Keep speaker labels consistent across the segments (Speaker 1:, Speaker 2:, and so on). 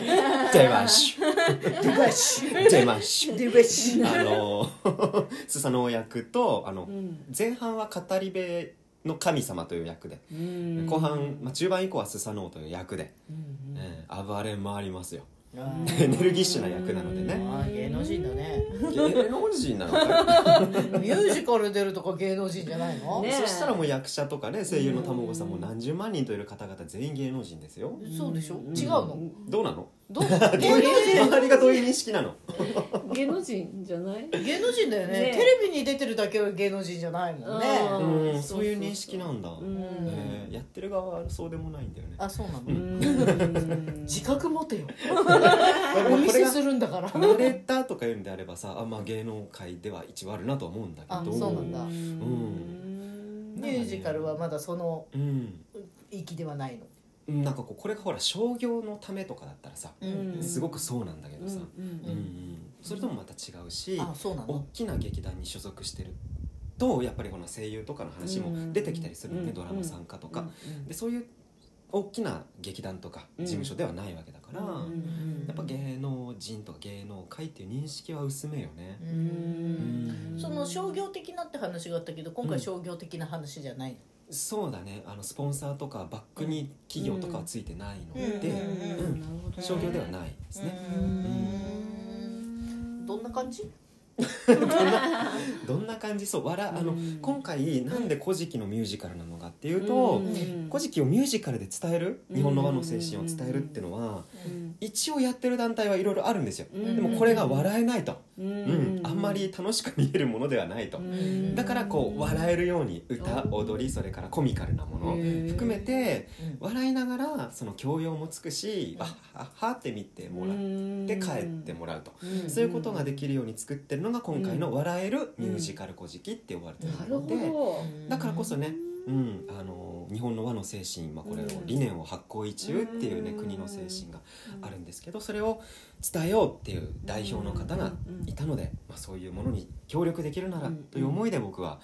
Speaker 1: 出ます。
Speaker 2: デュバシ。
Speaker 1: 出ます。
Speaker 2: デュバシ。
Speaker 1: あの、 スサノオ役と、あの
Speaker 3: う、ん
Speaker 1: 前半は語り部の神様という役で、
Speaker 3: うん
Speaker 1: 後半、まあ、中盤以降はスサノオという役で、
Speaker 3: うん
Speaker 1: えー暴れ回りますよ エ
Speaker 2: エ
Speaker 1: ネルギッシュな役なのでね
Speaker 2: 芸能人だね。
Speaker 1: 芸能人なのか
Speaker 2: ミュージカル出るとか芸能人じゃないの？
Speaker 1: よ
Speaker 3: ねえ
Speaker 1: そしたらもう役者とかね声優の卵さんも何十万人といる方々全員芸能人ですよ
Speaker 2: そうでしょ？
Speaker 3: うん
Speaker 2: 違うの？
Speaker 1: どうなの
Speaker 2: どう？芸能人
Speaker 1: 周りがどう いう認識なの
Speaker 3: 芸能人じゃない
Speaker 2: 芸能人だよねテ
Speaker 3: ね
Speaker 2: レビに出てるだけは芸能人じゃないもんね
Speaker 3: あ
Speaker 2: あ
Speaker 3: ー
Speaker 1: うん
Speaker 3: そ
Speaker 1: そう
Speaker 3: そうそう
Speaker 1: ういう認識なんだ、
Speaker 3: うん
Speaker 1: えーやってる側はそうでもないんだよね
Speaker 2: そうなの、
Speaker 3: うん
Speaker 2: 自覚持てよ
Speaker 1: も
Speaker 2: お
Speaker 1: う
Speaker 2: 見
Speaker 1: これ
Speaker 2: せ
Speaker 1: が
Speaker 2: するんだから
Speaker 1: 慣れたとか言うんであればさあまあ芸能界では一応あるなとは思うんだけど
Speaker 2: あそうなんだ
Speaker 1: ん
Speaker 2: ミュージカルはまだその
Speaker 1: うん
Speaker 2: 域ではないの、
Speaker 1: なんかこうこれがほら商業のためとかだったらさ
Speaker 3: うん
Speaker 1: すごくそうなんだけ
Speaker 3: う
Speaker 1: ど
Speaker 3: ん
Speaker 1: さ、
Speaker 3: うん
Speaker 1: うんうん、それともまた違うし、
Speaker 2: あそうな
Speaker 1: 大
Speaker 2: の
Speaker 1: きな劇団に所属してるとやっぱりこの声優とかの話も出てきたりするのね、
Speaker 3: うん
Speaker 1: ドラマ参加とか、
Speaker 3: うん
Speaker 1: でそういう大きな劇団とか
Speaker 3: うん
Speaker 1: 事務所ではないわけだから、
Speaker 3: うん
Speaker 1: やっぱ芸能人とか芸能界っていう認識は薄めよね
Speaker 2: う、
Speaker 1: うんん
Speaker 2: その商業的なって話があったけど今
Speaker 1: う
Speaker 2: 回
Speaker 1: ん
Speaker 2: 商業的な話じゃない
Speaker 1: そうだねあのスポンサーとかバックに企業とかはついてないので、
Speaker 2: うん
Speaker 1: うん
Speaker 3: なるほど
Speaker 1: 商業ではないですね、
Speaker 2: の、うんどんな感じ
Speaker 1: どんな感じそうわらあの、
Speaker 3: うん
Speaker 1: 今回なんで「古事記」のミュージカルなのかっていうと、
Speaker 3: うん
Speaker 1: 古事記をミュージカルで伝える
Speaker 3: うん
Speaker 1: 日本の和の精神を伝えるっていうのは
Speaker 3: うん
Speaker 1: 一応やってる団体はいろいろあるんですよ
Speaker 3: うん
Speaker 1: でもこれが笑えないと、
Speaker 3: う
Speaker 1: うん、あんまり楽しく見えるものではないと
Speaker 3: うん
Speaker 1: だからこう笑えるように歌
Speaker 3: うん
Speaker 1: 踊りそれからコミカルなもの
Speaker 3: うん
Speaker 1: 含めて
Speaker 2: うん
Speaker 1: 笑いながらその教養もつくしわっはっはって見てもらって帰ってもらうと
Speaker 3: うん
Speaker 1: そういうことができるように作ってるのが今回の「笑えるミュージカル古事記」って呼ばれて
Speaker 3: な
Speaker 1: る
Speaker 3: る
Speaker 1: の
Speaker 3: ほ
Speaker 1: で。
Speaker 3: ど
Speaker 1: だからこそね、うんあの日本の和の精神、まあ、これを
Speaker 3: うん
Speaker 1: 理念を発行一憂っていうね、
Speaker 3: うん
Speaker 1: 国の精神があるんですけどそれを伝えようっていう代表の方がいたので、まあ、そういうものに協力できるなら
Speaker 3: うん
Speaker 1: という思いで僕は。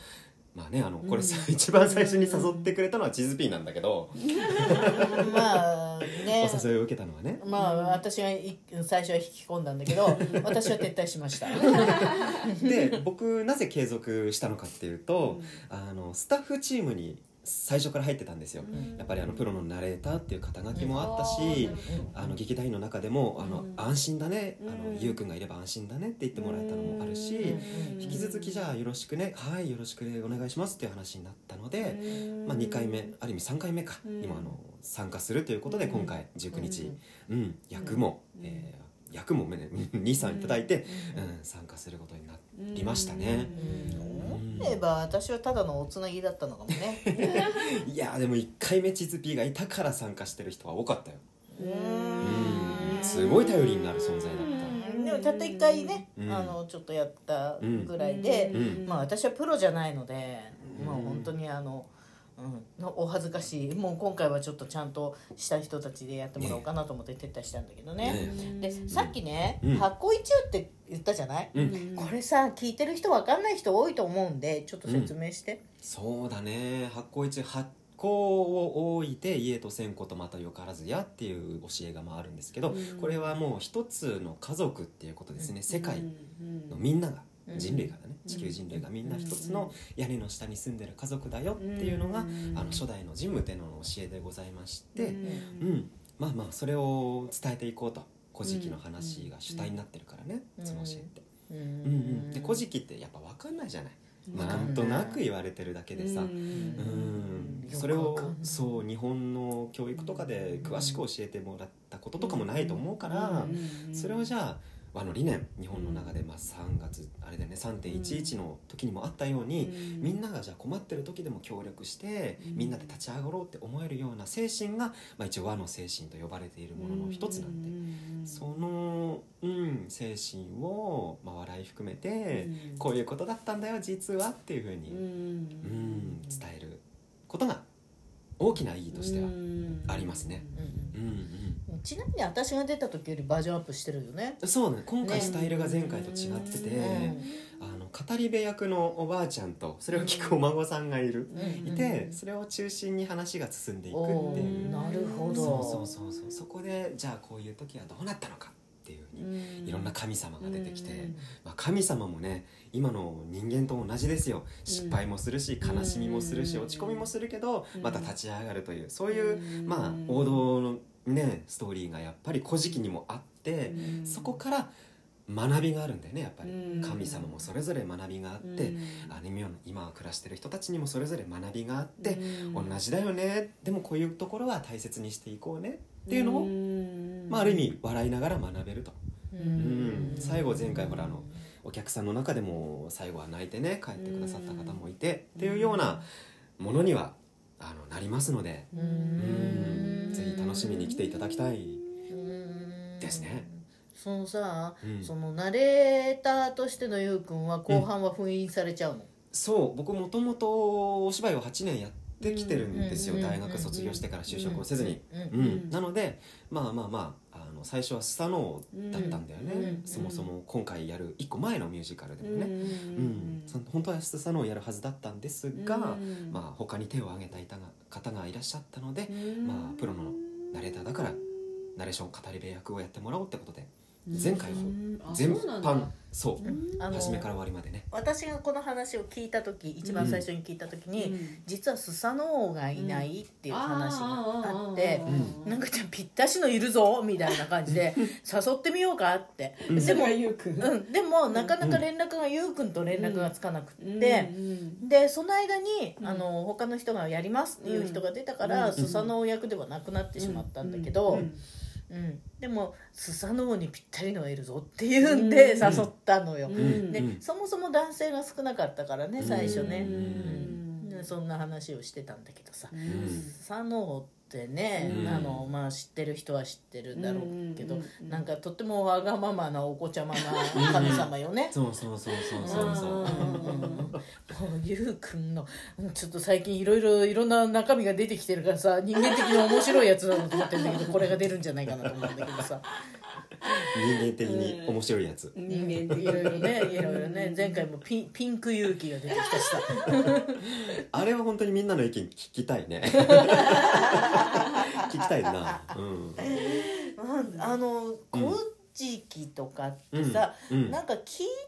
Speaker 1: まあね、あのこれさ、
Speaker 3: うん
Speaker 1: 一番最初に誘ってくれたのはチズピーなんだけど、
Speaker 2: まあね
Speaker 1: お誘いを受けたのはね
Speaker 2: まあ私がい最初は引き込んだんだけど私は撤退しました
Speaker 1: で僕なぜ継続したのかっていうと、あのスタッフチームに最初から入ってたんですよ、やっぱりあのプロのナレーターっていう肩書きもあったし、あの劇団員の中でもあの、
Speaker 3: うん
Speaker 1: 安心だね、あ
Speaker 3: うん
Speaker 1: のゆうくんがいれば安心だねって言ってもらえたのもあるし、
Speaker 3: うん
Speaker 1: 引き続きじゃあよろしくねはいよろしくお願いしますっていう話になったので、まあ、2回目ある意味3回目か、
Speaker 3: うん
Speaker 1: 今あの参加するということで
Speaker 3: うん
Speaker 1: 今回19日、うん役も、
Speaker 3: うん
Speaker 1: えー役も、ね、23いただ いて、
Speaker 2: う
Speaker 1: うんん参加することになって。りましたね
Speaker 2: 思えば私はただのおつなぎだったのかもね
Speaker 1: いやーでも1回目チズピーがいたから参加してる人は多かったよ、
Speaker 2: う
Speaker 1: うんん、すごい頼りになる存在だっ
Speaker 2: でもたった1回ね、
Speaker 1: うん
Speaker 2: あのちょっとやったぐらいで、
Speaker 1: うん
Speaker 2: まあ私はプロじゃないので、
Speaker 1: うん
Speaker 2: まあ本当にあの、うん、のお恥ずかしいもう今回はちょっとちゃんとした人たちでやってもらおうかなと思って撤退したんだけど
Speaker 1: た
Speaker 2: ねでさっきね、
Speaker 1: うん
Speaker 2: 発行一応って言ったじゃない、
Speaker 1: うん
Speaker 2: これさ聞いてる人わかんない人多いと思うんでちょっと説明して、
Speaker 1: そうだね発酵一発酵を置いて家と線香とまたよからずやっていう教えがまああるんですけど、
Speaker 3: うん
Speaker 1: これはもう一つの家族っていうことですね、世界
Speaker 3: の
Speaker 1: のみんなが
Speaker 2: うん
Speaker 1: 人類がだね地球人類がみんな一つの屋根の下に住んでる家族だよっていうのが、あの初代の神武天皇の教えでございまして、うんまあまあそれを伝えていこうと「古事記」の話が主体になってるからね、
Speaker 2: うん
Speaker 1: その教えって。
Speaker 2: う
Speaker 1: うん
Speaker 2: ん
Speaker 1: うん、で「古事記」ってやっぱ分かんないじゃない、まあ、
Speaker 2: わか
Speaker 1: なん
Speaker 2: ない
Speaker 1: んとなく言われてるだけでさ、
Speaker 2: うん
Speaker 1: うん
Speaker 2: よく
Speaker 1: それ
Speaker 2: わかん
Speaker 1: を
Speaker 2: ない
Speaker 1: そう日本の教育とかで詳しく教えてもらったこととかもないと思うから、それをじゃああの理念日本の中でまあ3月あれだよね3.11の時にもあったように、みんながじゃあ困ってる時でも協力して、
Speaker 3: うん
Speaker 1: みんなで立ち上がろうって思えるような精神が、まあ、一応和の精神と呼ばれているものの一つなんで、
Speaker 3: で
Speaker 1: その、うん、精神を、まあ、笑い含めて、こういうことだったんだよ実はっていうふうに、うん、伝えることが大きな意義としては、うんありますねうん
Speaker 2: うんちなみに私が出た時よりバージョンアップしてるよね。
Speaker 1: そうね今回
Speaker 2: ね
Speaker 1: スタイルが前回と違ってて、
Speaker 2: うん
Speaker 1: あの語り部役のおばあちゃんとそれを聞くお孫さんがいる、
Speaker 2: うん
Speaker 1: いてそれを中心に話が進んでいくって
Speaker 2: お
Speaker 1: い
Speaker 2: ー
Speaker 1: う
Speaker 2: なるほど。
Speaker 1: そうそうそうそうそこでじゃあこういう時はどうなったのかっていうふうに、いろんな神様が出てきて、まあ、神様もね今の人間と同じですよ失敗もするし悲しみもするし
Speaker 3: うん
Speaker 1: 落ち込みもするけど
Speaker 3: うん
Speaker 1: また立ち上がるというそう
Speaker 3: と
Speaker 1: いうまあ王道のねストーリーがやっぱり「古事記」にもあってそこから学びがあるんだよねやっぱり
Speaker 3: うん
Speaker 1: 神様もそれぞれ学びがあってあの今今暮らしてる人たちにもそれぞれ学びがあって同じだよねでもこういうところは大切にしていこうねっていうのを
Speaker 3: を
Speaker 1: まあある意味笑いながら学べると。
Speaker 2: うん
Speaker 1: うん最後前回ほらあのお客さんの中でも最後は泣いてね帰ってくださった方もいてっていうようなものにはあのなりますので
Speaker 2: うん
Speaker 1: うんぜひ楽しみに来ていただきたい
Speaker 2: うん
Speaker 1: ですね。
Speaker 2: そのさ、
Speaker 1: うん
Speaker 2: そのナレーターとしてのゆうくんは後半は封印されちゃうの。
Speaker 1: そう僕もともとお芝居を8年やってきてるんですよ
Speaker 2: うん
Speaker 1: 大学卒業してから就職をせずに。
Speaker 2: うん。
Speaker 1: う、
Speaker 3: うんん
Speaker 1: なのでまあまあまああの最初はスサノオだったんだよね、
Speaker 2: うん
Speaker 1: そもそも今回やる1個前のミュージカルでもね、う
Speaker 3: ね
Speaker 1: んその本当はスサノオをやるはずだったんですが、まあ、他に手を挙げたいたが方がいらっしゃったのでまあプロのナレーターだからナレーション語り部役をやってもらおうってことで前回を全般そう
Speaker 2: あの
Speaker 1: 初めから終わりまでね
Speaker 2: 私がこの話を聞いた時一番最初に聞いた時に、実はスサノオがいないっていう話があって。なんかじゃあぴったしのいるぞみたいな感じ で誘ってみようかって、
Speaker 1: うん
Speaker 2: でも、
Speaker 3: ゆうくん
Speaker 2: うん、でもなかなか連絡が、ゆうくんと連絡がつかなくって、
Speaker 3: うん
Speaker 2: でその間に、
Speaker 3: うん
Speaker 2: あの他の人がやりますっていう人が出たから、
Speaker 3: うん
Speaker 2: スサノオ役ではなくなってしまったんだけど、うんでもスサノオにぴったりのがいるぞっていうんで
Speaker 3: うん
Speaker 2: 誘ったのよ、
Speaker 3: う
Speaker 1: うん
Speaker 2: で、そもそも男性が少なかったからね最初ね
Speaker 1: う、
Speaker 2: うん
Speaker 3: ん
Speaker 2: でそんな話をしてたんだけどさ、
Speaker 3: うん
Speaker 2: スサノオってね、
Speaker 1: うん
Speaker 2: あのまあ、知ってる人は知ってるんだろうけど、
Speaker 3: うんうんうん
Speaker 2: なんかとってもわがままなお子ちゃまな神様よね。
Speaker 1: そうそうそうそうそうそう
Speaker 2: もうゆうくんのうんちょっと最近いろいろいろんな中身が出てきてるからさ人間的に面白いやつだなと思ってるんだけどこれが出るんじゃないかなと思うんだけどさ
Speaker 1: 人間的に面白いやつ
Speaker 3: 人間的
Speaker 2: いろいろねいろいろね前回もピンピンク勇気が出てきたしさ
Speaker 1: あれは本当にみんなの意見聞きたいね聞きたいなうん
Speaker 2: うんあの「古事記」とかってさ、
Speaker 1: うん
Speaker 2: なんか聞い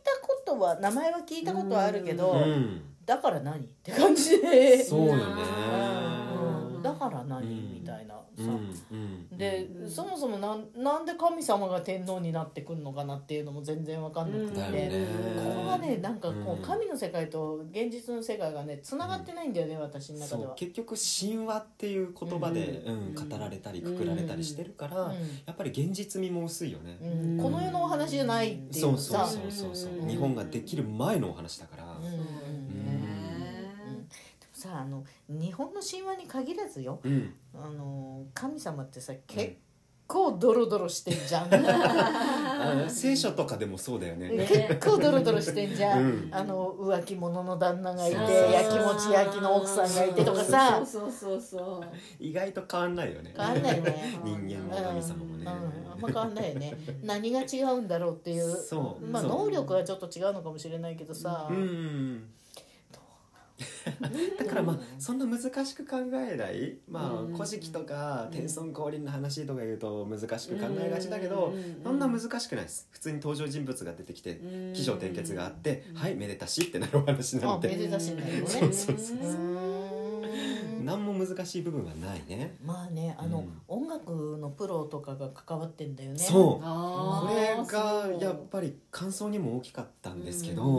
Speaker 2: たことは名前は聞いたことはあるけど、
Speaker 1: うん
Speaker 2: だから何って感じで、
Speaker 1: そうよね
Speaker 2: うんだから何、
Speaker 1: うん
Speaker 2: みたいなさ、
Speaker 1: うんうん
Speaker 2: で、
Speaker 3: うん
Speaker 2: そもそもなんなんで神様が天皇になってくるのかなっていうのも全然わかんなく
Speaker 1: だよ
Speaker 2: て、
Speaker 1: ね
Speaker 2: ここがねなんかこう、
Speaker 1: うん
Speaker 2: 神の世界と現実の世界がねつながってないんだよね、私の中
Speaker 1: そ
Speaker 2: で
Speaker 1: う
Speaker 2: は。
Speaker 1: 結局神話っていう言葉で、
Speaker 3: うん
Speaker 1: うん語られたりくくられたりしてるから、
Speaker 2: う
Speaker 1: やっぱり現実味も薄いよね、
Speaker 2: んうんこの世のお話じゃないってい
Speaker 1: そううそ
Speaker 2: さ
Speaker 1: うそうそうそう、
Speaker 3: うん
Speaker 1: 日本ができる前のお話だから、
Speaker 2: うんうんうんでもさあの日本の神話に限らずよ
Speaker 1: うん
Speaker 2: あの神様ってさ結構ドロドロしてんじゃん
Speaker 1: あ聖書とかでもそうだよね、
Speaker 2: 結構ドロドロしてんじゃ
Speaker 1: う
Speaker 2: ん、
Speaker 1: ん
Speaker 2: あの浮気者の旦那がいて
Speaker 1: そうそうそう
Speaker 2: やきもち焼きの奥さんがいてとかさ
Speaker 3: そうそうそう
Speaker 1: 意外と変わんないよね
Speaker 2: 変わんないよね
Speaker 1: 人間も神様も
Speaker 2: う
Speaker 1: ね
Speaker 2: ん、あんま変わんないよね何が違うんだろうってい う
Speaker 1: そう
Speaker 2: まあ
Speaker 1: そう
Speaker 2: 能力はちょっと違うのかもしれないけどさ、
Speaker 1: うんだからまあ
Speaker 4: うん
Speaker 1: そんな難しく考えないま
Speaker 3: う
Speaker 1: あ
Speaker 3: ん
Speaker 1: 「古事記」とか「
Speaker 3: うん
Speaker 1: 天孫降臨」の話とか言うと難しく考えがちだけど
Speaker 3: うん
Speaker 1: そんな難しくないです普通に登場人物が出てきて
Speaker 3: うん
Speaker 1: 起承転結があって「はいめでたし」ってなるお話なの
Speaker 4: あめで
Speaker 1: で
Speaker 4: たしね
Speaker 1: そうそうそう
Speaker 2: うーん
Speaker 1: 何も難しい部分はないね。
Speaker 2: まあねあの、
Speaker 1: うん
Speaker 2: 音楽のプロとかが関わってんだよね
Speaker 1: そう
Speaker 3: あ
Speaker 1: これ
Speaker 3: ー
Speaker 1: が
Speaker 3: そう
Speaker 1: やっぱり感想にも大きかったんですけど、
Speaker 3: うん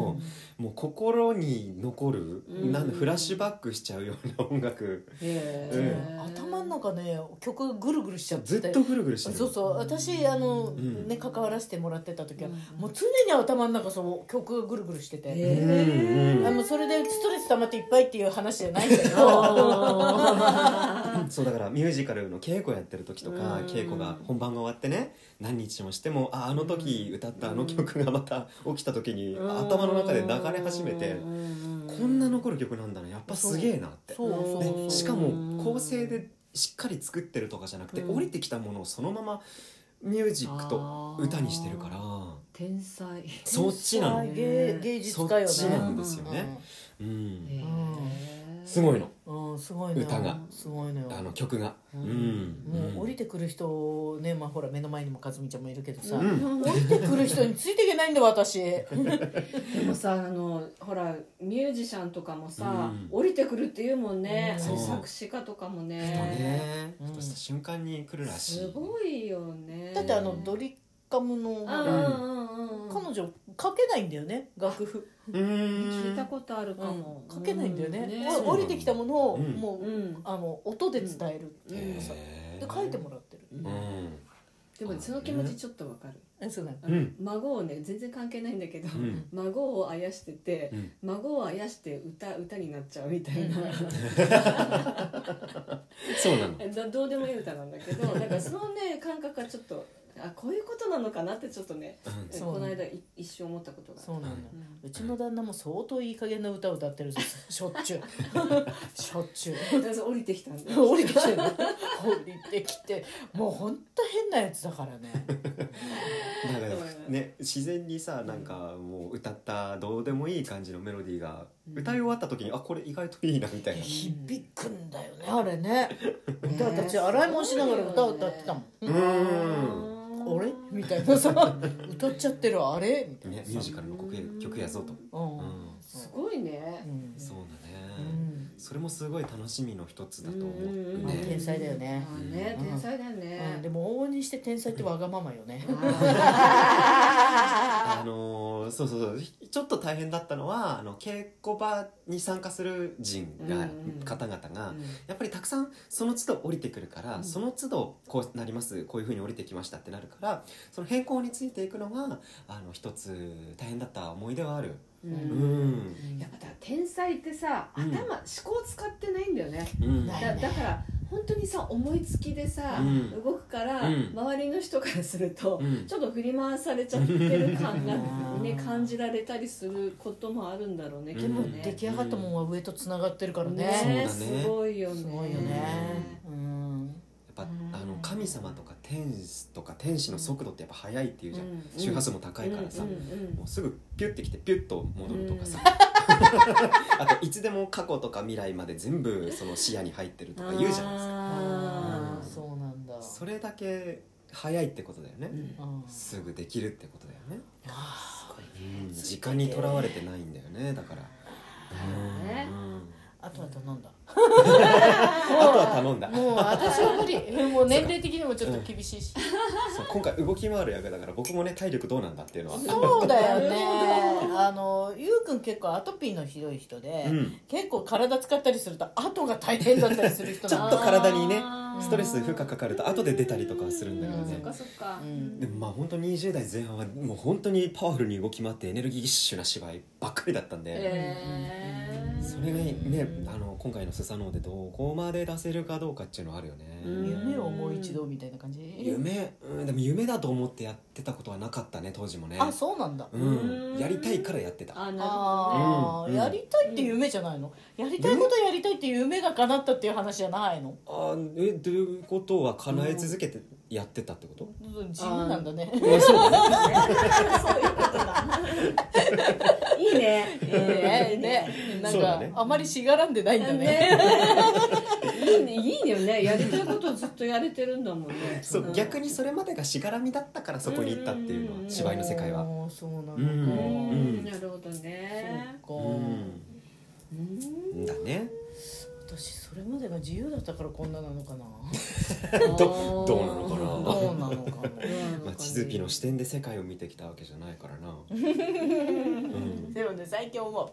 Speaker 1: もう心に残る、
Speaker 3: うん
Speaker 1: なんでフラッシュバックしちゃうような音楽
Speaker 3: へ
Speaker 2: う
Speaker 3: ー
Speaker 2: ん頭の中ね曲ぐるぐるしちゃって
Speaker 1: ずっとぐるぐるしてる
Speaker 2: そうそう私あの、
Speaker 1: ん
Speaker 2: ね関わらせてもらってた時は、
Speaker 3: うん
Speaker 2: もう常に頭の中その曲がぐるぐるしてて、
Speaker 3: へ
Speaker 1: うんうん
Speaker 2: あのそれでストレス溜まっていっぱいっていう話じゃないけど
Speaker 3: あー
Speaker 1: そうだからミュージカルの稽古やってる時とか、
Speaker 3: うん
Speaker 1: 稽古が本番が終わってね何日もしてもああの時歌ったあの曲がまた起きた時に、頭の中で流れ始めて、
Speaker 3: うん
Speaker 1: こんな残る曲なんだなやっぱすげえなって
Speaker 2: そうそうそう
Speaker 1: でしかも構成でしっかり作ってるとかじゃなくて、
Speaker 3: うん
Speaker 1: 降りてきたものをそのままミュージックと
Speaker 3: あー
Speaker 1: 歌にしてるから
Speaker 3: 天才
Speaker 1: そっちなの
Speaker 3: ね
Speaker 2: 芸芸術家よね
Speaker 1: そっちなんですよね、うん
Speaker 3: へー
Speaker 1: すごいの
Speaker 2: うん、すごいのよ
Speaker 1: 歌が
Speaker 2: すごいのよ
Speaker 1: あの曲が、うん
Speaker 2: もう降り
Speaker 1: て
Speaker 2: てくる人をねまあほら目の前にも和美ちゃんもいるけどさ、
Speaker 1: うん
Speaker 2: 降りてくる人についていけないんだよ私
Speaker 3: でもさあのほらミュージシャンとかもさ、
Speaker 1: うん
Speaker 3: 降りてくるって言うもんね、
Speaker 2: うん
Speaker 3: あれ
Speaker 1: そう
Speaker 3: 作詞家とかも
Speaker 1: ふと
Speaker 3: ね
Speaker 1: ね、
Speaker 2: うん
Speaker 1: ふとした瞬間に来るらしい
Speaker 3: すごいよね
Speaker 2: だってあのドリカムの
Speaker 3: うんうんうんうん
Speaker 2: 彼女書けないんだよね楽譜、
Speaker 1: うーん
Speaker 3: 聞いたことあるかも、
Speaker 2: 書けないんだよね,、
Speaker 3: う
Speaker 2: これ降りてきたものを
Speaker 1: うん
Speaker 2: もう、
Speaker 3: うん
Speaker 2: あの音で伝えるっていうかさ、
Speaker 1: へ
Speaker 2: で
Speaker 1: ー
Speaker 2: 書いてもらってる、
Speaker 1: うん
Speaker 3: でもその気持ちちょっとわかる、
Speaker 2: えそうなの
Speaker 3: あの
Speaker 1: うん
Speaker 3: 孫をね全然関係ないんだけど、
Speaker 1: うん
Speaker 3: 孫をあやしてて、
Speaker 1: うん
Speaker 3: 孫をあやして歌歌になっちゃうみたいな、
Speaker 1: そうなの
Speaker 3: どどうでもいい歌なんだけどだからそのね感覚がちょっとあこういうことなのかなってちょっとね
Speaker 1: うん
Speaker 2: そう
Speaker 3: この間い一瞬思ったことがある
Speaker 2: そうなの、
Speaker 1: うん
Speaker 2: うちの旦那も相当いい加減な歌を歌ってるぞしょっ ちゅうしょっちゅう
Speaker 3: 私降りてきたんだ よ
Speaker 2: 降りてきてる降りてきてもうほんと変なやつだからね
Speaker 1: だからね自然にさなんかもう歌ったどうでもいい感じのメロディーが歌い終わった時にあこれ意外といいなみたいな
Speaker 2: 響くんだよねあれね歌私洗い物しながら歌を歌ってたもん「
Speaker 1: うーん
Speaker 2: あれ?」みたいなさ「 歌っちゃってるあれ?」みたいな
Speaker 1: ねミュージカルの曲や曲やぞと
Speaker 2: うん
Speaker 1: う
Speaker 2: うん
Speaker 3: すごいね、
Speaker 2: ん
Speaker 1: そうだ
Speaker 2: う
Speaker 1: ね
Speaker 2: ん
Speaker 1: それもすごい楽しみの一つだと思う
Speaker 3: うん
Speaker 2: まあ
Speaker 1: ね
Speaker 2: 天才だよね
Speaker 3: あーね
Speaker 2: うん
Speaker 3: 天才だよ
Speaker 2: うんで
Speaker 3: ね、
Speaker 2: も往々にして天才ってわがままよね
Speaker 1: あのーそうそうそうひちょっと大変だったのはあの稽古場に参加する人が、
Speaker 3: うんうん
Speaker 1: 方々が、
Speaker 3: うん
Speaker 1: やっぱりたくさんその都度降りてくるから、
Speaker 3: うん
Speaker 1: その都度こうなりますこういうふうに降りてきましたってなるからその変更についていくのがあの一つ大変だった思い出はある
Speaker 3: うん
Speaker 1: うん、
Speaker 3: やっぱだから天才ってさ頭、
Speaker 1: うん
Speaker 3: 思考使ってないんだよね
Speaker 1: うん
Speaker 2: な
Speaker 3: だ
Speaker 2: いよね
Speaker 3: だから本当にさ思いつきでさ、
Speaker 1: うん
Speaker 3: 動くから、
Speaker 1: うん
Speaker 3: 周りの人からすると、
Speaker 1: うん
Speaker 3: ちょっと振り回されちゃってる感が
Speaker 2: うん
Speaker 3: ね感じられたりすることもあるんだろうね
Speaker 1: で
Speaker 3: きっと
Speaker 2: でも
Speaker 3: ね
Speaker 2: 出来上がったもんは上とつながってるからね
Speaker 3: ね
Speaker 1: そうだね
Speaker 3: すごいよね
Speaker 2: すごいよねうん
Speaker 1: やっぱあの神様とか天使とか天使の速度ってやっぱ速いっていうじゃん、
Speaker 3: うん
Speaker 1: 周波数も高いからさ、
Speaker 3: うんうん
Speaker 1: もうすぐピュッてきてピュッと戻るとかさ、 あといつでも過去とか未来まで全部その視野に入ってるとか言うじゃないですか
Speaker 3: あー
Speaker 2: そうなんだ
Speaker 1: それだけ早いってことだよね、
Speaker 3: うん
Speaker 2: うん
Speaker 1: すぐできるってことだよね、
Speaker 2: あー
Speaker 1: うん時間にとらわれてないんだよねだから、
Speaker 3: ね
Speaker 1: うん
Speaker 2: あとは頼んだ
Speaker 1: あとは頼んだ
Speaker 2: もう私は無理 もう年齢的にもちょっと厳しいし
Speaker 1: そう今回動き回る役だから僕もね体力どうなんだっていうのは
Speaker 2: そうだよね あのゆうくん結構アトピーのひどい人で、
Speaker 1: うん
Speaker 2: 結構体使ったりすると後が大変だったりする人
Speaker 1: ちょ
Speaker 2: な
Speaker 1: っ
Speaker 2: の
Speaker 1: と体にね
Speaker 3: あー
Speaker 1: ストレス負荷かかると後で出たりとかはするんだけど
Speaker 3: そっ
Speaker 1: ね
Speaker 3: かそっか、
Speaker 2: うん
Speaker 1: でもまあ本当に20代前半はもう本当にパワフルに動き回ってエネルギッシュな芝居ばっかりだったんで、
Speaker 3: えー
Speaker 1: それがねあの今回の「スサノオ」でどこまで出せるかどうかっていうのはあるよね、
Speaker 3: うん
Speaker 2: 夢をもう一度みたいな感じ
Speaker 1: 夢、うん、でも夢だと思ってやってたことはなかったね当時もね
Speaker 2: あそうなんだ、
Speaker 1: うん、やりたいからやってた
Speaker 3: あなるほどね
Speaker 2: ああ、
Speaker 1: うん
Speaker 2: やりたいって夢じゃないの、やりたいことやりたいって夢が叶ったっていう話じゃないの、
Speaker 1: あえということは叶え続けてやってたってこと、
Speaker 2: 自由なんだね
Speaker 1: いや そうだね
Speaker 3: そういうことだ。いいね。
Speaker 2: ええねなんか
Speaker 1: そうだ
Speaker 2: が
Speaker 1: ね
Speaker 2: あまりしがらんでないんだね。
Speaker 3: いいねいいよねやりたいことずっとやれてるんだもんね
Speaker 1: そう、
Speaker 3: ん
Speaker 1: 逆にそれまでがしがらみだったからそこに行ったっていうのは、
Speaker 3: うん
Speaker 1: 芝居の世界は。
Speaker 2: おー。そうなのか。
Speaker 1: うん
Speaker 3: う
Speaker 1: うんん
Speaker 3: なるほどね
Speaker 2: そううか。
Speaker 1: ん、
Speaker 3: うん
Speaker 1: だね。
Speaker 2: 私それまでが自由だったからこんななのかな。
Speaker 1: どどうなのかな
Speaker 2: どうなのかも。
Speaker 1: まあ、地図ピの視点で世界を見てきたわけじゃないからな。うん、
Speaker 2: でもね最近思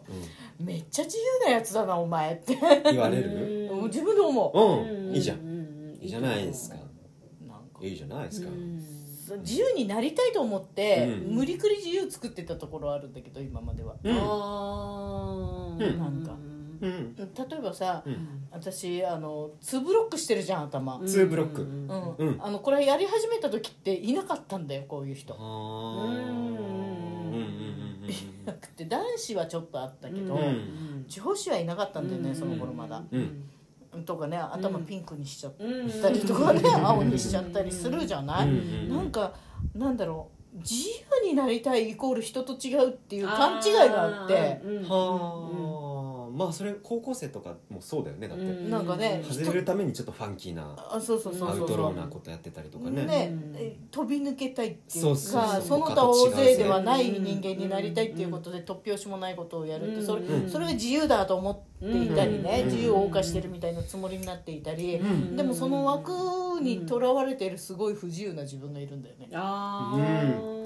Speaker 1: うん、
Speaker 2: うめっちゃ自由なやつだなお前って
Speaker 1: 言われる。
Speaker 2: もう自分で思
Speaker 1: うん、いいじゃん。
Speaker 3: ん
Speaker 1: いいじゃないですか。
Speaker 2: うなんか
Speaker 1: いいじゃないですか。
Speaker 2: 自由になりたいと思って、
Speaker 1: うん
Speaker 2: 無理くり自由作ってたところあるんだけど今までは
Speaker 1: うん、
Speaker 3: あー
Speaker 2: なんか
Speaker 1: うん、
Speaker 2: 例えばさ、
Speaker 1: うん
Speaker 2: 私あの2ブロックしてるじゃん頭うん、
Speaker 1: ツーブロックうん
Speaker 2: あのこれやり始めた時っていなかったんだよこういう人
Speaker 1: あーう
Speaker 3: う
Speaker 1: んんうんうんうん
Speaker 2: なくて男子はちょっとあったけど、
Speaker 1: うん
Speaker 2: 女子はいなかったんだよね、その頃まだ、
Speaker 1: うん
Speaker 2: とかね頭ピンクにしちゃっ
Speaker 3: うん
Speaker 2: たりとかね、青にしちゃったりするじゃない、
Speaker 1: うん
Speaker 2: なんかなんだろう自由になりたいイコール人と違うっていう勘違いがあって
Speaker 1: うんはあ、まあそれ高校生とかもそうだよねだって
Speaker 2: なんかね
Speaker 1: 外れるためにちょっとファンキーな
Speaker 2: あそうそうそう
Speaker 1: ア
Speaker 2: そ
Speaker 1: ウ
Speaker 2: う
Speaker 1: トロー
Speaker 2: そ
Speaker 1: な
Speaker 2: う
Speaker 1: ことやってたりとか
Speaker 2: ね
Speaker 1: ね
Speaker 3: うん
Speaker 2: え飛び抜けたいってい
Speaker 1: そ
Speaker 2: うか
Speaker 1: うそうそう
Speaker 2: の他大勢ではない人間になりたいっていうことで突拍子もないことをやるってそれ,、
Speaker 1: うん
Speaker 2: それが自由だと思っていたりね、
Speaker 1: うん
Speaker 2: 自由を謳歌してるみたいなつもりになっていたり、
Speaker 1: うん
Speaker 2: でもその枠にとらわれているすごい不自由な自分がいるんだよね。
Speaker 3: あ
Speaker 1: うん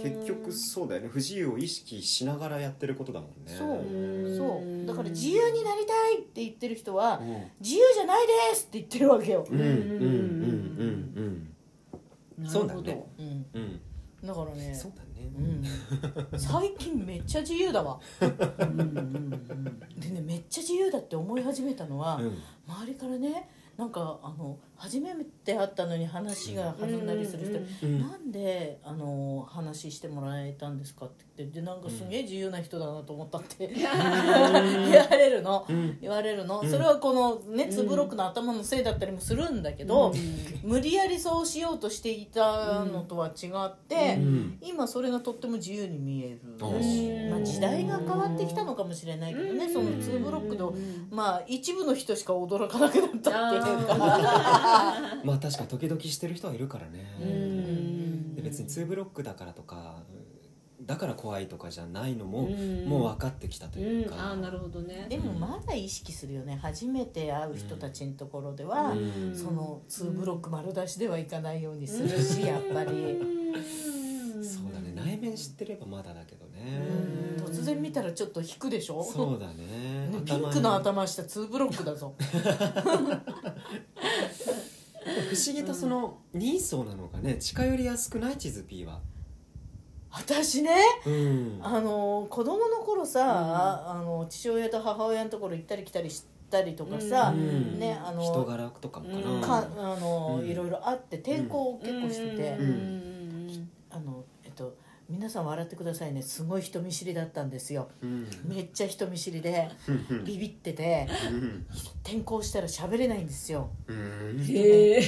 Speaker 3: ー
Speaker 1: 結局そうだよね不自由を意識しながらやってることだもんね
Speaker 2: そう
Speaker 1: うん
Speaker 2: そうだから自由になりたいって言ってる人は
Speaker 1: うん
Speaker 2: 自由じゃないですって言ってるわけよ、
Speaker 1: うんうんうんそうだね
Speaker 3: なるほ
Speaker 2: う
Speaker 1: う
Speaker 2: ん、
Speaker 1: んうん
Speaker 2: だからね
Speaker 1: そうだ
Speaker 2: う
Speaker 1: ね
Speaker 2: ん、最近めっちゃ自由だわ
Speaker 3: どうんうん
Speaker 2: でねめっちゃ自由だって思い始めたのは、
Speaker 1: うん
Speaker 2: 周りからねなんかあの初めて会ったのに話が弾んだりする人、
Speaker 3: うん
Speaker 1: うん
Speaker 2: なんであの話してもらえたんですかって言ってでなんかすげえ自由な人だなと思ったって 言われるの
Speaker 1: うん
Speaker 2: 言われるの、
Speaker 1: うん
Speaker 2: それはこのねツーブロックの頭のせいだったりもするんだけど、無理やりそうしようとしていたのとは違って、
Speaker 1: うん
Speaker 2: 今それがとっても自由に見える
Speaker 1: あ
Speaker 2: し、
Speaker 1: ー
Speaker 2: まあ、時代が変わってきたのかもしれないけどね、その2ブロックの、まあ、一部の人しか驚かなくなったっていうか。
Speaker 1: まあ確かに時々してる人はいるから
Speaker 3: う
Speaker 1: ね
Speaker 3: ん
Speaker 1: で別に2ブロックだからとかだから怖いとかじゃないの
Speaker 3: う
Speaker 1: も
Speaker 3: ん
Speaker 1: もう分かってきたという
Speaker 3: うんあ
Speaker 1: か
Speaker 3: あなるほどね
Speaker 2: でもまだ意識するよね初めて会う人たちのところでは、
Speaker 1: うん
Speaker 2: その2ブロック丸出しではいかないようにするし、やっぱり、
Speaker 1: そうだね内面知ってればまだだけどね
Speaker 3: うん
Speaker 2: 突然見たらちょっと引くでしょ
Speaker 1: そうだね
Speaker 2: ねピ
Speaker 1: 頭
Speaker 2: ン
Speaker 1: に
Speaker 2: クの頭した2ブロック だぞ
Speaker 1: 不思議とその人相なのがね近寄りやすくない地図 P は
Speaker 2: 私ね
Speaker 1: うん
Speaker 2: あの子供の頃さ、あの父親と母親のところ行ったり来たりしたりとかさ、
Speaker 1: うん
Speaker 2: ねあの
Speaker 1: 人柄とかも
Speaker 3: うん
Speaker 1: か
Speaker 2: か
Speaker 1: な
Speaker 2: あの、
Speaker 1: うん
Speaker 2: いろいろあって抵抗を結構してて、
Speaker 1: ん
Speaker 2: あのえっと皆さん笑ってくださいねすごい人見知りだったんですよ
Speaker 1: うん
Speaker 2: めっちゃ人見知りでビビってて
Speaker 1: うん
Speaker 2: 転校したら喋れないんですよ
Speaker 1: うんで
Speaker 3: へえ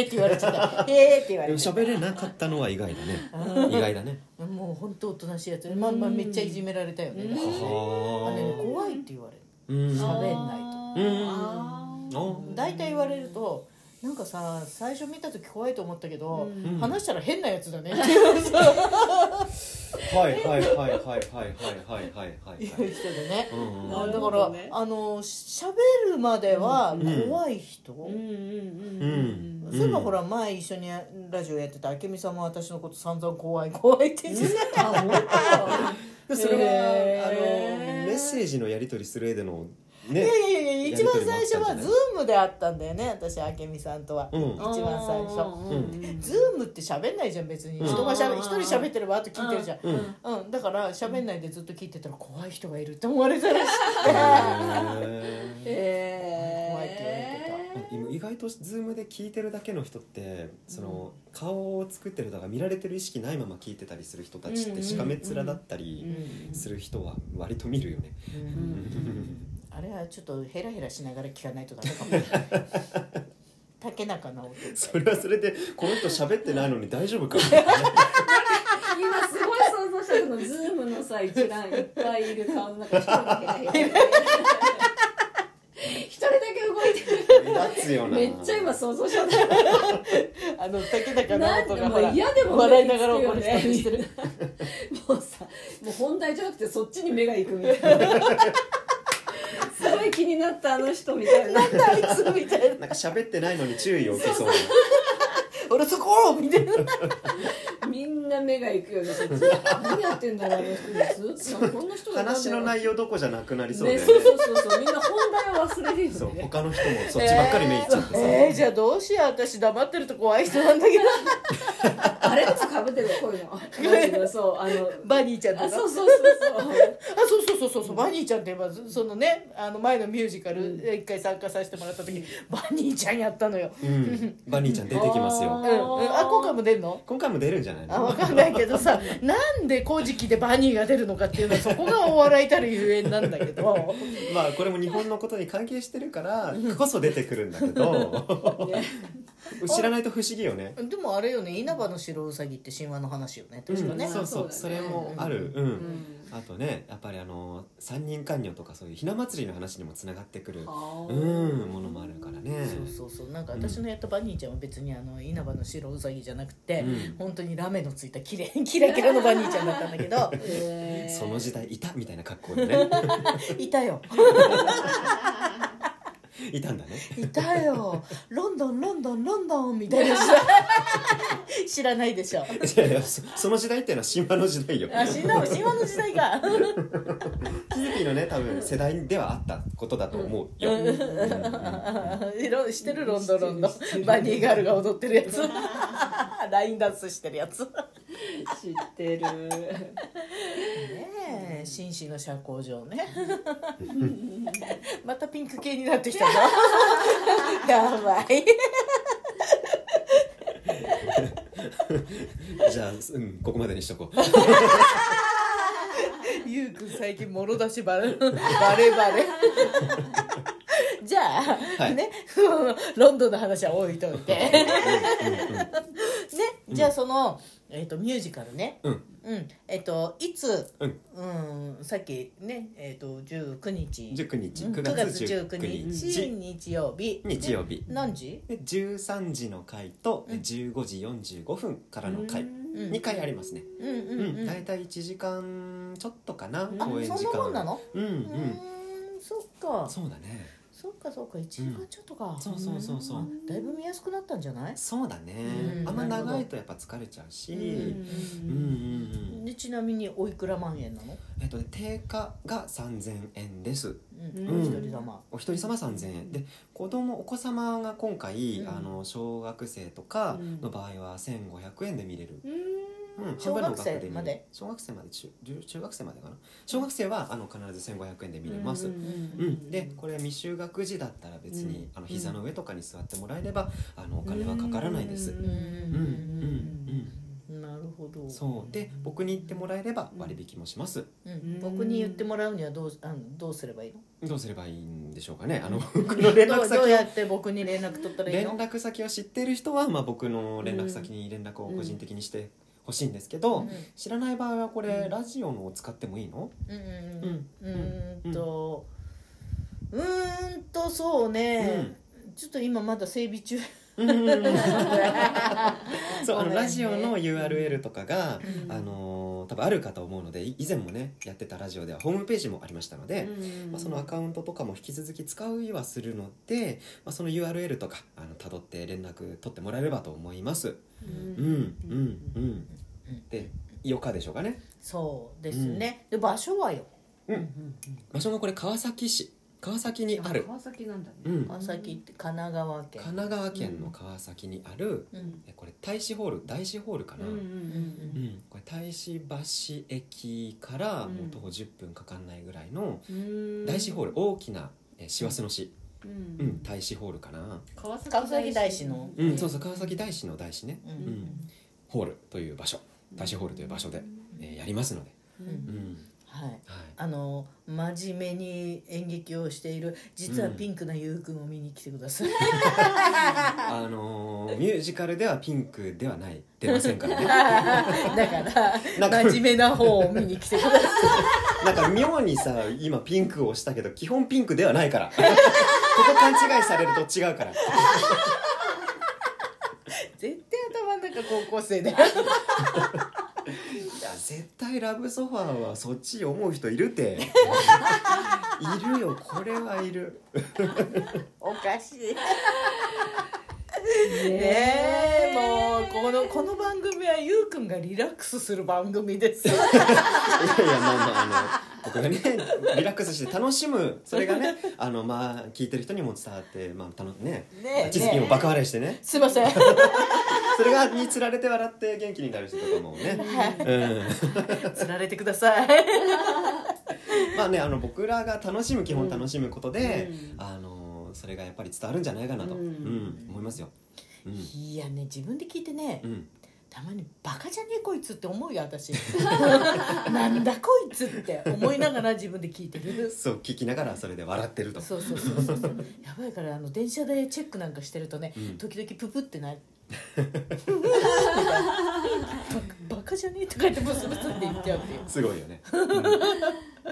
Speaker 2: 「へえ」って言われちゃった「へえ」って言わ
Speaker 1: も
Speaker 2: れちゃっ
Speaker 1: 喋れなかったのは意外だね意外だね
Speaker 2: たもう本当おとなしいやつまあまあめっちゃいじめられたよねだからねあれね
Speaker 1: は
Speaker 2: 怖いって言われる
Speaker 1: あうん
Speaker 2: 喋
Speaker 1: あ
Speaker 2: んない
Speaker 1: とうん
Speaker 3: あ
Speaker 2: 大体言われるとなんかさ最初見た時怖いと思ったけど、
Speaker 1: うん
Speaker 2: 話したら変なやつだねっていう
Speaker 1: はいはいはいはいはいはいはいはいはい
Speaker 2: 人でね
Speaker 1: うん
Speaker 3: な
Speaker 2: だ
Speaker 3: る
Speaker 2: か
Speaker 3: ほ
Speaker 2: ら、
Speaker 3: どね
Speaker 2: あの喋るまでは怖い人、
Speaker 3: うんうん
Speaker 1: うん
Speaker 2: そういえばほら前一緒にラジオやってた明美さんも私のこと散々怖い怖いって言ってた
Speaker 3: あ本
Speaker 1: でそれは、
Speaker 3: へ
Speaker 1: あ
Speaker 3: ー
Speaker 1: のメッセージのやり取りする上での
Speaker 2: い
Speaker 1: ね
Speaker 2: やいやいやいや一番最初
Speaker 1: や
Speaker 2: は
Speaker 1: り
Speaker 2: ズ
Speaker 1: とりもあったんじゃない
Speaker 2: ームで会ったんだよね私明美さんとは、
Speaker 1: うん
Speaker 3: 当
Speaker 2: 一番最初ズームって喋んないじゃん別に
Speaker 1: うん
Speaker 2: 人がしゃべ一人喋ってればあと聞いてるじゃん
Speaker 1: うんへ
Speaker 2: うん、だから喋んないでずっと聞いてたら怖い人がいるって思われたらし
Speaker 1: ー
Speaker 3: え
Speaker 2: 怖いって言われて
Speaker 1: 今意外とズームで聞いてるだけの人ってその、顔を作ってるとか見られてる意識ないまま聞いてたりする人たちっ
Speaker 3: うんう
Speaker 1: て
Speaker 3: ん
Speaker 1: しかめっ面だったりす
Speaker 3: う
Speaker 1: る人は割と見るよね、
Speaker 2: た、
Speaker 1: うんん
Speaker 2: あれはちょっとヘラヘラしながら聞かないとダメかもしれない竹中直人
Speaker 1: それはそれでこの人喋ってないのに大丈夫か
Speaker 3: 今すごい想像したけどのズームのさ一覧いっぱいいる顔の中一人だけだよ一人だけ動いてる
Speaker 1: 目立つよ な
Speaker 3: めっちゃ今想像しちゃった
Speaker 2: あの竹中
Speaker 3: な
Speaker 2: 直
Speaker 3: んで
Speaker 2: 人が
Speaker 3: もう
Speaker 2: ほら
Speaker 3: 嫌でも
Speaker 2: 笑いながら怒る人
Speaker 3: 目に
Speaker 2: に
Speaker 3: つ
Speaker 2: し
Speaker 3: く
Speaker 2: て
Speaker 3: よ
Speaker 2: る
Speaker 3: ねもうさもう本題じゃなくてそっちに目が行くみたいなすごい気になったあの人みたいな
Speaker 2: なんだあいつみたい
Speaker 1: な
Speaker 2: な
Speaker 1: んか喋ってないのに注意を受けそうな
Speaker 2: 俺そこみたいな
Speaker 3: みんな目が行くよねそっちに何やってんだろうあの人ずっとこんな人がいたん
Speaker 1: 話
Speaker 3: だよ
Speaker 1: の内容どこじゃなくなりそう
Speaker 3: ね
Speaker 1: で、ね
Speaker 3: そうそうそうそうみんな本題を忘れるよ
Speaker 1: そう
Speaker 3: ね
Speaker 1: 他の人もそっちばっかり目いっちゃってさ、
Speaker 2: えー、じゃあどうしよう私黙ってると怖い人なん だけど
Speaker 3: あれこそかぶってるこ ういうのマジでそうあの
Speaker 2: バニーちゃんとか
Speaker 3: あそうそうそうそう
Speaker 2: あそうそうそうそうそうバニーちゃんって言えばそのねあの前のミュージカルで一回参加させてもらった時、バニーちゃんやったのよ、
Speaker 1: うん、バニーちゃん出てきます
Speaker 2: う
Speaker 1: よ
Speaker 2: んうん、あ今回も出るの
Speaker 1: 今回も出るんじゃない
Speaker 2: あ
Speaker 1: の
Speaker 2: 分かんないけど さなんで「古事記」でバニーが出るのかっていうのはそこがお笑いたるゆえんなんだけど
Speaker 1: まあこれも日本のことに関係してるからこそ出てくるんだけ ど
Speaker 3: ね
Speaker 1: 知らないと不思議よね
Speaker 2: でもあれよね稲葉の白うさぎって神話の話よね確かね、
Speaker 1: うん、そうそう
Speaker 3: そ
Speaker 1: そう
Speaker 3: だね
Speaker 1: れもあるうん、
Speaker 3: うん
Speaker 1: あとねやっぱりあの三人官女とかそういうひな祭りの話にもつながってくる
Speaker 3: あー
Speaker 1: うんものもあるからね
Speaker 2: そうそうそうなんか私のやったバニーちゃんは別にあの稲葉の白うさぎじゃなくて、
Speaker 1: うん
Speaker 2: 本当にラメのついたきれい キラキラのバニーちゃんだったんだけど
Speaker 3: えー
Speaker 1: その時代いたみたいな格好で ね
Speaker 2: いたよ
Speaker 1: いたんだね
Speaker 2: いたよロンドンロンドンロンドンみたいなさ 知らないでしょ
Speaker 1: いやいやそその時代っていうのは神話の時代よ
Speaker 2: あ死んだ神話の時代か
Speaker 1: キズピーのね多分世代ではあったことだと思うよ、うん
Speaker 2: いろしてるロンドンロンドンバニーガールが踊ってるやつ ラインダンスしてるやつね
Speaker 3: 知ってる
Speaker 2: え紳士の社交場ね またピンク系になって きたのやばい
Speaker 1: じゃあ、うん、ここまでにしと こう
Speaker 2: ゆうくん最近もろ出しバレバレバ レじゃあ、
Speaker 1: はい
Speaker 2: ね ロンドンの話は置いといてねじゃあその、えっとミュージカルね
Speaker 1: うん
Speaker 2: うんえっ、といつ
Speaker 1: うん
Speaker 2: うんさっきねえっ、と19日
Speaker 1: 19日
Speaker 2: うん
Speaker 1: 9
Speaker 2: 9
Speaker 1: 月
Speaker 2: 月
Speaker 1: 19
Speaker 2: 19日
Speaker 1: 日
Speaker 2: 日曜日
Speaker 1: 日曜日
Speaker 2: 何時
Speaker 1: で13時の回と15時45分からの回
Speaker 2: ん
Speaker 1: 2回ありますね
Speaker 2: うんうん
Speaker 1: うん
Speaker 2: うん、
Speaker 1: 大体1時間ちょっとかな
Speaker 2: あ
Speaker 1: 公演時
Speaker 2: そんなもんな
Speaker 1: 間
Speaker 2: の
Speaker 1: うんう
Speaker 2: うんーんそっか
Speaker 1: そうだね
Speaker 2: そっかそっか1時間ちょっとか、
Speaker 1: そうそうそうそう
Speaker 2: だいぶ見やすくなったんじゃない
Speaker 1: そうだね
Speaker 2: うん
Speaker 1: あんま長いとやっぱ疲れちゃうしうんうんうん
Speaker 2: でちなみにおいくら万円なの、
Speaker 1: えっとね定価が3000円です
Speaker 2: うん
Speaker 1: うん
Speaker 2: お一人様
Speaker 1: お一人様3000円で子供お子様が今回、
Speaker 2: うん
Speaker 1: あの小学生とかの場合は1500円で見れる、うん半
Speaker 2: 小
Speaker 1: 分の
Speaker 2: 学生
Speaker 1: 額で見れる
Speaker 2: まで
Speaker 1: 小学生まで中中中学生までかな小学生はあの必ず1500円で見れます、うんでこれ未就学児だったら別に、
Speaker 3: うん
Speaker 1: あの膝の上とかに座ってもらえればあのお金はかからないです、
Speaker 3: うん
Speaker 2: うん
Speaker 1: うんうん
Speaker 2: うんなるほど
Speaker 1: うんそうで僕に言ってもらえれば割引もします、
Speaker 2: う、ん、僕に言ってもらうにはどうあのどうすればいいの
Speaker 1: どうすればいいんでしょうかねあの僕の連
Speaker 2: ど
Speaker 1: 絡
Speaker 2: う
Speaker 1: 先
Speaker 2: ど
Speaker 1: を
Speaker 2: うやって僕に連絡取ったらいい
Speaker 1: 連
Speaker 2: の
Speaker 1: 絡先を知ってる人は、まあ、僕の連絡先に連絡を個人的にしてほしいんですけど、
Speaker 2: うん
Speaker 1: 知らない場合はこれ、
Speaker 2: うん
Speaker 1: ラジオのを使ってもいいの
Speaker 2: うん
Speaker 1: う
Speaker 2: うん
Speaker 1: ん
Speaker 2: うんうーんとうーんとそうね、ちょっと今まだ整備 中
Speaker 1: そうあ
Speaker 2: ご
Speaker 1: の
Speaker 2: めんね
Speaker 1: ラジオの URL とかが、
Speaker 3: うん
Speaker 1: あのー多分あるかと思うのでい以前もねやってたラジオではホームページもありましたので、まあ、そのアカウントとかも引き続き使うはするので、まあ、その URL とかあの辿って連絡取ってもらえればと思います。うんうんうんでよかでしょうかね。
Speaker 2: そうですね、で場所はよ
Speaker 1: 場所がこれ川崎市川崎にある
Speaker 3: 川崎なんだね
Speaker 1: うん
Speaker 2: 川崎って神奈川県
Speaker 1: 神奈川県の川崎にある、
Speaker 2: うん
Speaker 1: えこれ大使ホール大使ホールかな、
Speaker 3: う
Speaker 1: うん
Speaker 3: うんん
Speaker 1: これ大使橋駅からもう徒歩10分かかんないぐらいの
Speaker 3: うん
Speaker 1: 大使ホール大きなえ師走の市、
Speaker 3: う
Speaker 1: うんん、大使ホールかな、
Speaker 3: 川崎
Speaker 2: 川崎大師の
Speaker 1: うんそうそう川崎大使の大使ね
Speaker 2: う
Speaker 3: うんん
Speaker 1: ホールという場所大使ホールという場所で、えーやりますので、
Speaker 3: う
Speaker 1: うんん、
Speaker 2: はい
Speaker 1: はい
Speaker 2: あの真面目に演劇をしている実はピンクなゆうくんを見に来てくだ さい、
Speaker 1: あのーミュージカルではピンクではない出ませんからね
Speaker 2: だから
Speaker 1: なんか
Speaker 2: 真面目な方を見に来てください
Speaker 1: なんか妙にさ今ピンクを押したけど基本ピンクではないから ここ勘違いされると違うから
Speaker 2: 絶対頭の中高校生で
Speaker 1: いや絶対ラブソファーはそっち思う人いるているよこれはいる
Speaker 2: おかしい
Speaker 3: ね
Speaker 2: ねえ
Speaker 3: も
Speaker 2: もうこのこの番組はゆうくんがリラックスする番組 です
Speaker 1: いやいやまあまああの僕がねリラックスして楽しむそれがねあのまあ聞いてる人にも伝わってまあたのね
Speaker 2: ねえ
Speaker 1: まあ知識もバカ笑いしてね
Speaker 2: すいません
Speaker 1: それがにつられて笑って元気になる人とかもね、うん、
Speaker 2: つられてください
Speaker 1: まあねあの僕らが楽しむ基本楽しむことで、
Speaker 3: う
Speaker 1: あのそれがやっぱり伝わるんじゃないかなと、
Speaker 3: う
Speaker 1: うんん思いますよ。うん
Speaker 2: いやね自分で聞いてね
Speaker 1: うん、
Speaker 2: たまに「バカじゃねえこいつ」って思うよ私 なんだこいつって思いながら自分で聞いて る
Speaker 1: そう聞きながらそれで笑ってると
Speaker 2: そうそうそうそうそうやばいからあの電車でチェックなんかしてるとね、
Speaker 1: うん
Speaker 2: 時々ププってなる バカバカじゃねえとか言ってブスブスって言っちゃうっていう
Speaker 1: すごいよね。うん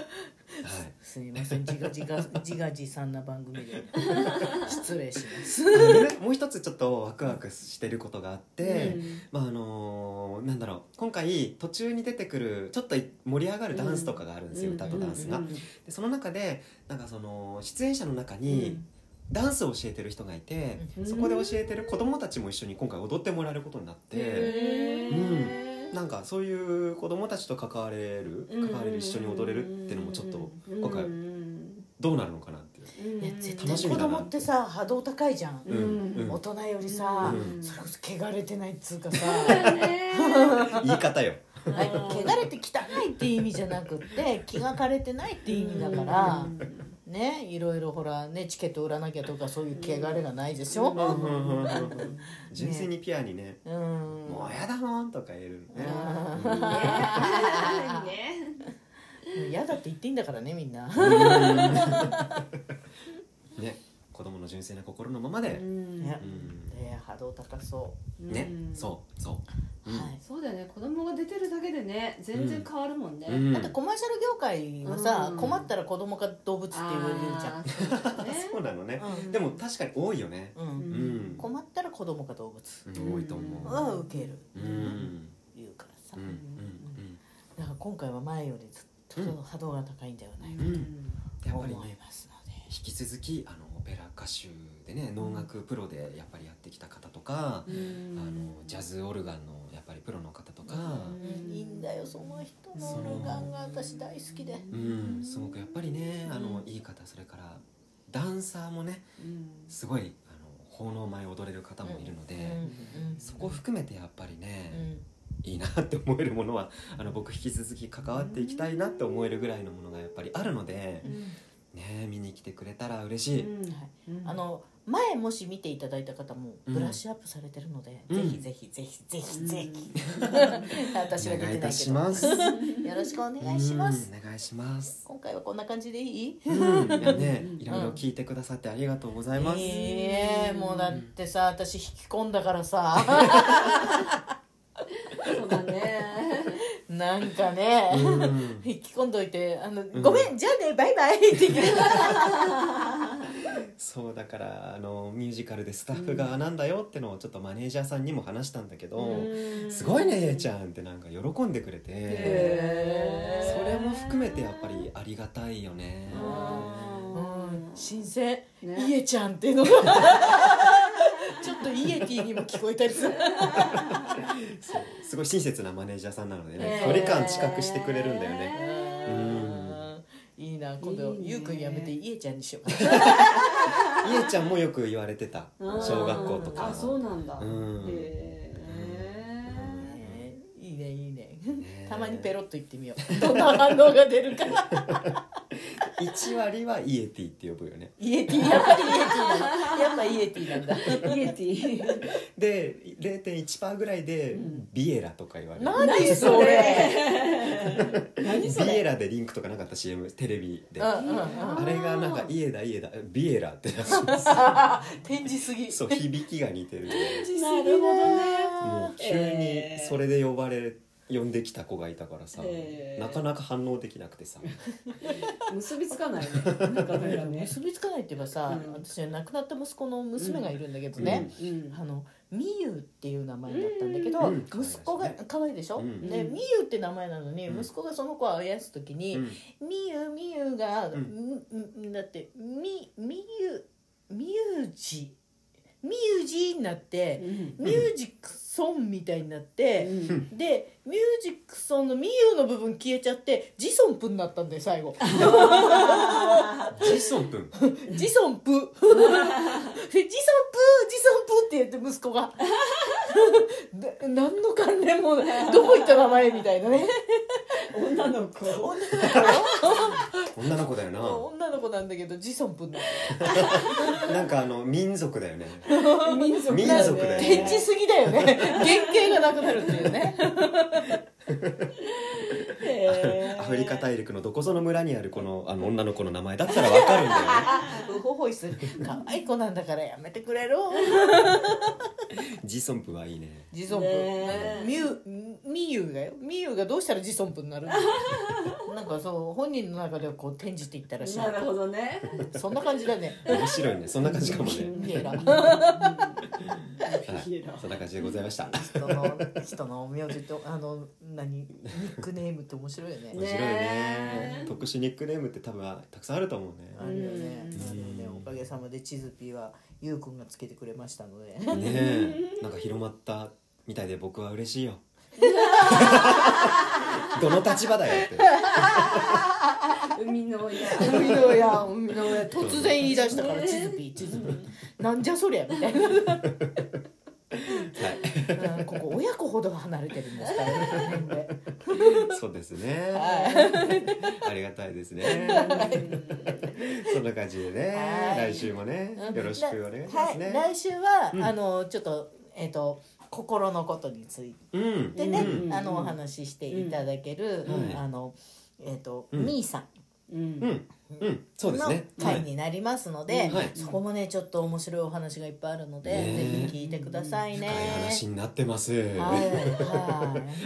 Speaker 1: はい
Speaker 2: すみません、自画自画自画自賛な番組で失礼します。
Speaker 1: あのねもう一つちょっとワクワクしてることがあって、
Speaker 3: うん
Speaker 1: まああのーなんだろう今回途中に出てくるちょっと盛り上がるダンスとかがあるんですよ、
Speaker 3: うん
Speaker 1: 歌とダンスが。
Speaker 3: うん
Speaker 1: でその中でなんかその出演者の中にダンスを教えてる人がいて、
Speaker 3: うん
Speaker 1: そこで教えてる子供たちも一緒に今回踊ってもらえることになって、
Speaker 3: へー
Speaker 1: なんかそういう子供たちと関われる
Speaker 3: うん
Speaker 1: 関われる一緒に踊れるっていうのもちょっと今回
Speaker 3: うん
Speaker 1: どうなるのかなっていう。
Speaker 2: いや絶対
Speaker 1: 楽し
Speaker 2: 子
Speaker 1: みだな
Speaker 2: 供ってさ波動高いじゃん。
Speaker 1: うんうん
Speaker 2: 大人よりさ、
Speaker 1: うん
Speaker 2: それこそ汚れてないっつうかさ、
Speaker 1: 言い方よ。
Speaker 2: はい汚れて汚いっていう意味じゃなくって気が枯れてないっていう意味だから、ねいろいろほらねチケット売らなきゃとかそういう汚れがないでしょ。
Speaker 1: 純粋にピュアにね
Speaker 2: うん。
Speaker 1: もうやだもんとか言えるね。
Speaker 3: らね
Speaker 2: 嫌だって言っていいんだからねみんな。
Speaker 1: ね、子供の純粋な心のままで。
Speaker 2: ね
Speaker 1: うん
Speaker 2: ね波動高そ。
Speaker 1: ね、そう、そうう。うん
Speaker 2: はい。
Speaker 3: そうだよね子供が出てるだけでね全然変わるもんね、
Speaker 1: うん
Speaker 2: だってコマーシャル業界はさ、
Speaker 3: うん
Speaker 2: 困ったら子供か動物って言われるじゃん
Speaker 3: あ。ーそうだ ね
Speaker 1: そうなのね。
Speaker 2: う
Speaker 1: でも確かに多いよね。
Speaker 2: ん、
Speaker 1: う
Speaker 2: うんん、
Speaker 1: ん。
Speaker 2: 困ったら子供か動物
Speaker 1: うん多いと思
Speaker 2: は受ける、
Speaker 1: う。うん。
Speaker 2: 言うからさ、
Speaker 1: うん。うん。
Speaker 2: だから今回は前よりずっと波動が高いんではないか
Speaker 1: うん。
Speaker 2: と
Speaker 1: やっぱり
Speaker 2: 思い
Speaker 1: ね、
Speaker 2: ますので、
Speaker 1: 引き続き、あのオペラ歌手でね、能楽プロでやっぱりやってきた方とか。あのジャズオルガンのやっぱりプロの方とか。
Speaker 3: うん
Speaker 2: いいんだよその人のオルガンが私大好きで
Speaker 1: うん、すごくやっぱりね、あのいい方、それから。ダンサーもね、すごい、あの奉納前踊れる方もいるので。
Speaker 2: うんうん
Speaker 1: そこ含めてやっぱり
Speaker 2: う
Speaker 1: ね、
Speaker 2: ん
Speaker 1: いいなって思えるものはあの僕引き続き関わっていきたいなって思えるぐらいのものがやっぱりあるので、ね見に来てくれたら嬉しい、
Speaker 2: あの前もし見ていただいた方もブラッシュアップされてるので、
Speaker 1: うん
Speaker 2: ぜひぜひぜひぜひぜひ、私は
Speaker 1: お
Speaker 2: 出てな
Speaker 1: 願いい
Speaker 2: いけ
Speaker 1: た
Speaker 2: ど
Speaker 1: しますお
Speaker 2: よろしく お願いします、
Speaker 1: お願いします
Speaker 2: 今回はこんな感じでいい
Speaker 1: うん ね
Speaker 3: うん
Speaker 1: いろいろ聞いてくださってありがとうございます、
Speaker 2: ええもうだってさ私引き込んだか らさ
Speaker 3: そうだね
Speaker 2: なんかね、
Speaker 1: うん
Speaker 2: 引き込んどいてあの、ごめんじゃあねバイバイ」って言う
Speaker 1: そうだからあのミュージカルでスタッフがなんだよってのをちょっとマネージャーさんにも話したんだけど、すごいね A ちゃんってなんか喜んでくれて、
Speaker 3: へ
Speaker 1: それも含めてやっぱりありがたいよね、
Speaker 2: うん新鮮「
Speaker 3: ね
Speaker 2: イエちゃん」っていうのが ちょっとイエティにも聞こえたりする
Speaker 1: すごい親切なマネージャーさんなのでね
Speaker 3: へ
Speaker 1: 距
Speaker 3: ー
Speaker 1: 離感近くしてくれるんだよねん
Speaker 2: いいな今度
Speaker 3: いいね
Speaker 2: ゆうくんやめてイエちゃんにしようか
Speaker 1: いえちゃんもよく言われてた
Speaker 3: うん
Speaker 1: 小学校とか
Speaker 3: あそうなんだ、
Speaker 1: うん
Speaker 2: な、
Speaker 3: へえ
Speaker 2: ねいいねいいね
Speaker 1: ね
Speaker 2: たまにペロッと言ってみようどんな反応が出るか
Speaker 1: 1割はイエティって呼ぶよね
Speaker 2: イエティやっぱりイエティなのやっぱイエティなんだ
Speaker 3: イエティ
Speaker 1: で0.1%ぐらいでビエラとか言われる、
Speaker 2: 何それ
Speaker 3: 何
Speaker 2: 何それ
Speaker 1: ビエラでリンクとかなかった CM テレビで、
Speaker 2: うんうんうん
Speaker 3: あ
Speaker 1: あれがなんか「家だ家だビエラ」ってなってます
Speaker 2: 展示すぎ
Speaker 1: そう響きが似てる
Speaker 3: なるほどね
Speaker 1: もう急にそれで呼ばれ呼んできた子がいたからさ、
Speaker 3: えー
Speaker 1: なかなか反応できなくてさ、
Speaker 3: 結びつかないねなんかね
Speaker 2: 結びつかないっていうかさ、
Speaker 3: うん
Speaker 2: 私は亡くなった息子の娘がいるんだけどね、
Speaker 3: うん
Speaker 2: あのみゆっていう名前だったんだけど、
Speaker 1: うん
Speaker 2: 息子が可愛いでしょ、
Speaker 1: うん
Speaker 2: でみゆって名前なのに、
Speaker 1: うん
Speaker 2: 息子がその子をあやす時に
Speaker 1: うん
Speaker 2: 「みゆみゆ」が、
Speaker 1: うん
Speaker 2: んんだって「みみゆみゆじ」みゆじになって、ミュージックソンみたいになって、でミュージックソンのミユの部分消えちゃってジソンプになったんだよ最後
Speaker 1: ジソン君
Speaker 2: ジソンプでジソンプジソンプって言って息子がで何の関連もないどこ行った名前みたいなね
Speaker 3: 女の子
Speaker 2: 女の
Speaker 1: 女の子だ
Speaker 2: 子
Speaker 1: よ
Speaker 2: 女の子なんだけどジソンプになっ
Speaker 1: ななんかあの民族だよね
Speaker 3: 民族
Speaker 1: 民
Speaker 2: た
Speaker 1: 族だよね
Speaker 2: 展示すぎだよね原型がなくなるっていうね
Speaker 3: へ ー
Speaker 1: アフリカ大陸のどこぞの村にあるこのあの女の子の名前だったらわかるんだよね
Speaker 2: ウホホイス可愛い子なんだからやめてくれる
Speaker 1: ジソンプはいいね
Speaker 2: ジソン
Speaker 3: ねえ
Speaker 2: プミュウミユがよミユがどうしたらジソンプになるのなんかそう本人の中ではこう転じていったらしい
Speaker 3: なるほどね
Speaker 2: そんな感じだね
Speaker 1: 面白いねそんな感じかもね、
Speaker 2: ミエラ
Speaker 1: は
Speaker 3: ピエ
Speaker 1: い
Speaker 3: ロ、
Speaker 1: そんな感じでございました
Speaker 2: 人の人の名字とあの何ニックネームって面白いよね
Speaker 1: 面白い
Speaker 3: ね
Speaker 1: ね特殊ニックネームって多分たくさんあると思うね
Speaker 2: あるよね
Speaker 3: うん
Speaker 2: あるよねおかげさまでチズピーはゆうくんがつけてくれましたので
Speaker 1: ねえなんか広まったみたいで僕は嬉しい よどの立場だよって
Speaker 3: 海の親
Speaker 2: 海の親海の親突然言い出したからチズピーチズピーなんじゃそりゃみたいな
Speaker 1: はい
Speaker 2: うんここ親子ほど離れてるんですからね年齢
Speaker 1: そうですね。ありがたいですね。そんな感じでね、
Speaker 2: はい
Speaker 1: 来週もね
Speaker 2: う、ん
Speaker 1: よろしくお願いします
Speaker 2: は
Speaker 1: ね
Speaker 2: い、。来週は、
Speaker 1: うん
Speaker 2: あのちょっとえっ、と心のことについ
Speaker 1: うん、
Speaker 2: てね、
Speaker 1: うん
Speaker 2: あのお話ししていただける、
Speaker 1: うんはい
Speaker 2: あのえっ、と、
Speaker 1: うん
Speaker 2: ミーさん
Speaker 3: うん
Speaker 1: うん、うん、そうです
Speaker 2: の
Speaker 1: ね。
Speaker 2: 回になりますので、
Speaker 1: はい
Speaker 2: そこもねちょっと面白いお話がいっぱいあるので、
Speaker 1: ねえ
Speaker 2: ぜひ聞いてくださいね。
Speaker 1: 深い話になってます。
Speaker 2: はいはい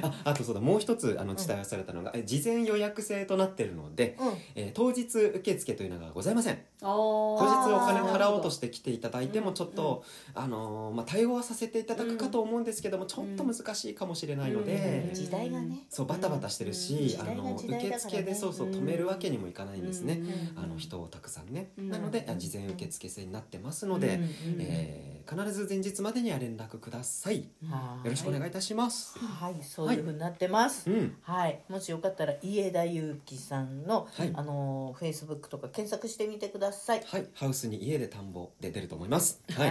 Speaker 1: あ、あとそうだ、もう一つ、あの、伝えされたのが、え事前予約制となってるので。
Speaker 2: うん
Speaker 1: えー当日受付というのがございません
Speaker 3: あー
Speaker 1: 当日お金
Speaker 2: あー
Speaker 1: 払おうとして来ていただいてもちょっと、あのーまあ、対応はさせていただくかと思うんですけども、ちょっと難しいかもしれないので、
Speaker 3: うん
Speaker 2: 時代がね、
Speaker 1: そうバタバタしてるし、
Speaker 2: うん
Speaker 1: あの
Speaker 2: 時代が時代だからね
Speaker 1: 受付でそうそう
Speaker 3: うん
Speaker 1: 止めるわけにもいかないんですね、
Speaker 2: うん
Speaker 1: あの人をたくさんね、
Speaker 3: うん
Speaker 1: なのであ事前受付制になってますので、
Speaker 2: うん
Speaker 1: えー必ず前日までには連絡くださいよ
Speaker 2: は
Speaker 1: ろしくお願いいたします、
Speaker 2: はい、そういうふうになってます。
Speaker 1: うん
Speaker 2: はい、もしよかったら家田裕貴さんの、
Speaker 1: はい
Speaker 2: あのフェイスブックとか検索してみてください。
Speaker 1: はいハウスに家で田んぼで出ると思いますは、
Speaker 2: は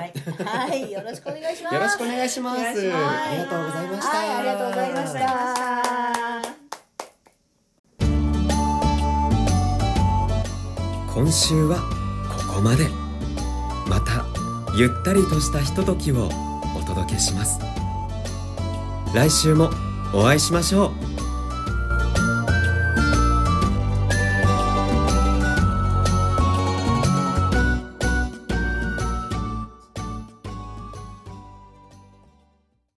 Speaker 2: いい、はい、よろしくお願いします。
Speaker 1: よろしくお願いします
Speaker 3: お願いします
Speaker 1: ありがとうございました、
Speaker 2: はい、ありがとうございました。
Speaker 5: 今週はここまでまたゆったりとしたひとときをお届けします来週もお会いしましょう